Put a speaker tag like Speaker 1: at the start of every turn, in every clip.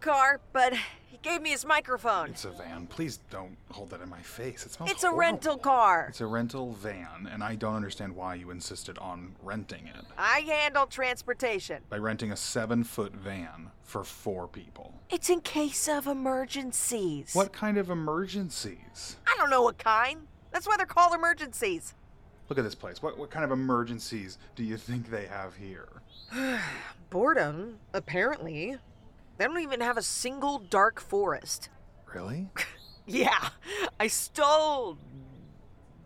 Speaker 1: car, but he gave me his microphone.
Speaker 2: It's a van. Please don't hold that in my face. It smells
Speaker 1: It's a
Speaker 2: horrible.
Speaker 1: rental car.
Speaker 2: It's a rental van, and I don't understand why you insisted on renting it.
Speaker 1: I handle transportation.
Speaker 2: By renting a seven foot van for four people.
Speaker 1: It's in case of emergencies.
Speaker 2: What kind of emergencies?
Speaker 1: I don't know what kind. That's why they're called emergencies.
Speaker 2: Look at this place. What, what kind of emergencies do you think they have here?
Speaker 1: Boredom, apparently. They don't even have a single dark forest.
Speaker 2: Really?
Speaker 1: Yeah, I stole.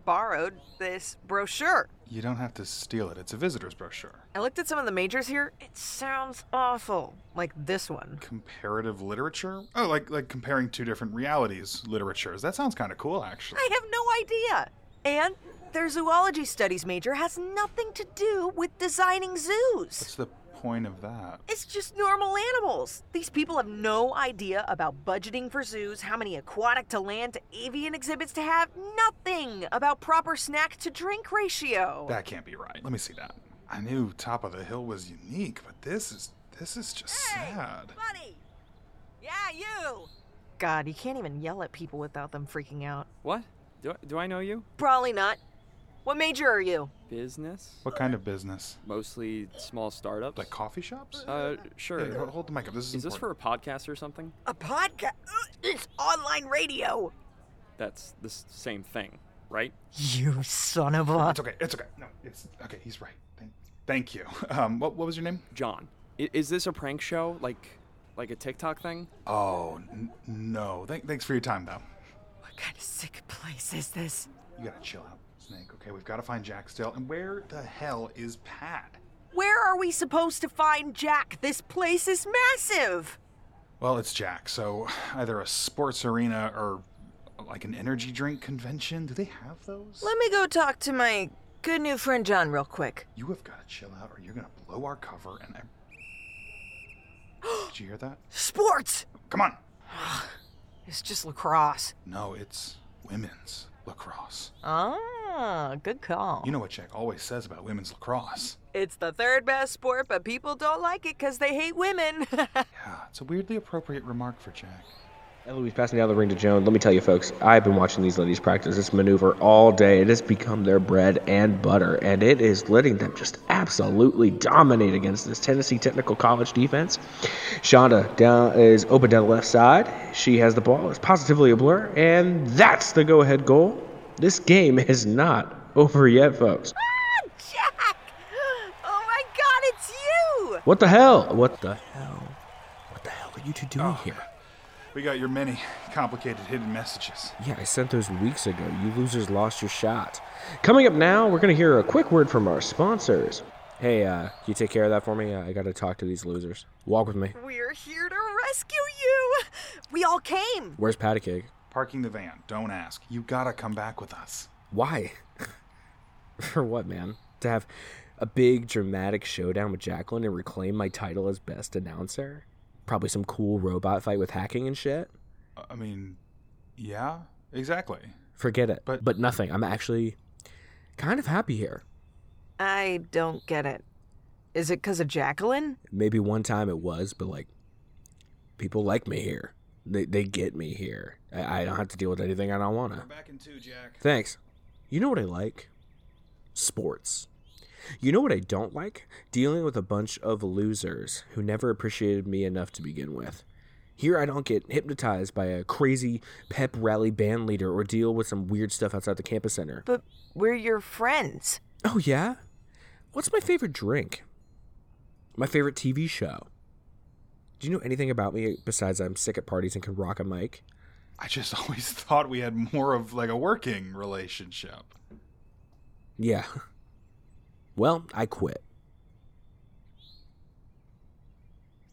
Speaker 1: borrowed this brochure.
Speaker 2: You don't have to steal it. It's a visitor's brochure.
Speaker 1: I looked at some of the majors here. It sounds awful. Like this one.
Speaker 2: Comparative literature? Oh, like like comparing two different realities literatures. That sounds kind of cool, actually.
Speaker 1: I have no idea. And their zoology studies major has nothing to do with designing zoos.
Speaker 2: What's the point of that?
Speaker 1: It's just normal animals. These people have no idea about budgeting for zoos, how many aquatic to land to avian exhibits to have, nothing about proper snack to drink ratio.
Speaker 2: That can't be right. Let me see that. I knew Top of the Hill was unique, but this is this is just
Speaker 1: Hey,
Speaker 2: sad.
Speaker 1: buddy! Yeah, you! God, you can't even yell at people without them freaking out.
Speaker 3: What? Do I, do I know you?
Speaker 1: Probably not. What major are you?
Speaker 3: Business?
Speaker 2: What kind of business?
Speaker 3: Mostly small startups.
Speaker 2: Like coffee shops?
Speaker 3: uh,
Speaker 2: Hey,
Speaker 3: sure.
Speaker 2: hold, hold the mic up. This is,
Speaker 3: Is this for a
Speaker 2: important.
Speaker 3: podcast or something?
Speaker 1: A podcast? It's online radio!
Speaker 3: That's the s- same thing, right?
Speaker 1: You son of a.
Speaker 2: It's okay. It's okay. No, it's okay. He's right. Thank, thank you. Um, what what was your name?
Speaker 3: John, i- is this a prank show? Like, like a TikTok thing?
Speaker 2: Oh n- no. Th- thanks for your time, though.
Speaker 1: What kind of sick place is this?
Speaker 2: You gotta chill out, Snake. Okay, we've gotta find Jack still. And where the hell is Pat?
Speaker 1: Where are we supposed to find Jack? This place is massive!
Speaker 2: Well, it's Jack. So either a sports arena or like an energy drink convention. Do they have those?
Speaker 1: Let me go talk to my good new friend John real quick.
Speaker 2: You have got to chill out, or you're gonna blow our cover. And I... did you hear that?
Speaker 1: Sports!
Speaker 2: Come on.
Speaker 1: It's just lacrosse.
Speaker 2: No, it's women's lacrosse.
Speaker 1: Ah, good call.
Speaker 2: You know what Jack always says about women's lacrosse.
Speaker 1: it's the third best sport, but people don't like it because they hate women.
Speaker 2: Yeah, it's a weirdly appropriate remark for Jack.
Speaker 4: Eloise passing down the ring to Joan. Let me tell you, folks, I've been watching these ladies practice this maneuver all day. It has become their bread and butter, and it is letting them just absolutely dominate against this Tennessee Technical College defense. Shonda down is open down the left side. She has the ball. It's positively a blur, and that's the go-ahead goal. This game is not over yet, folks.
Speaker 1: Jack! Oh my god, it's you!
Speaker 4: What the hell? What the hell? What the hell are you two doing here?
Speaker 2: We got your many complicated hidden messages.
Speaker 4: Yeah, I sent those weeks ago. You losers lost your shot. Coming up now, we're going to hear a quick word from our sponsors. Hey, uh, can you take care of that for me? Uh, I got to talk to these losers. Walk with me.
Speaker 1: We're here to rescue you! We all came!
Speaker 4: Where's Patty Cake?
Speaker 2: Parking the van. Don't ask. You gotta come back with us.
Speaker 4: Why? For what, man? To have a big dramatic showdown with Jacqueline and reclaim my title as best announcer? Probably some cool robot fight with hacking and shit?
Speaker 2: I- I mean, yeah, exactly.
Speaker 4: Forget it.
Speaker 2: But-
Speaker 4: But, but nothing. I'm actually kind of happy here.
Speaker 1: I don't get it. Is it because of Jacqueline?
Speaker 4: maybe one time it was, but like people like me here. They they get me here. I, I don't have to deal with anything I don't wanna.
Speaker 2: Back in two, Jack.
Speaker 4: Thanks. You know what I like? Sports. You know what I don't like? Dealing with a bunch of losers who never appreciated me enough to begin with. Here I don't get hypnotized by a crazy pep rally band leader or deal with some weird stuff outside the campus center.
Speaker 1: But we're your friends.
Speaker 4: Oh yeah? What's my favorite drink? My favorite TV show. Do you know anything about me besides I'm sick at parties and can rock a mic?
Speaker 2: I just always thought we had more of like a working relationship.
Speaker 4: Yeah. Well, I quit.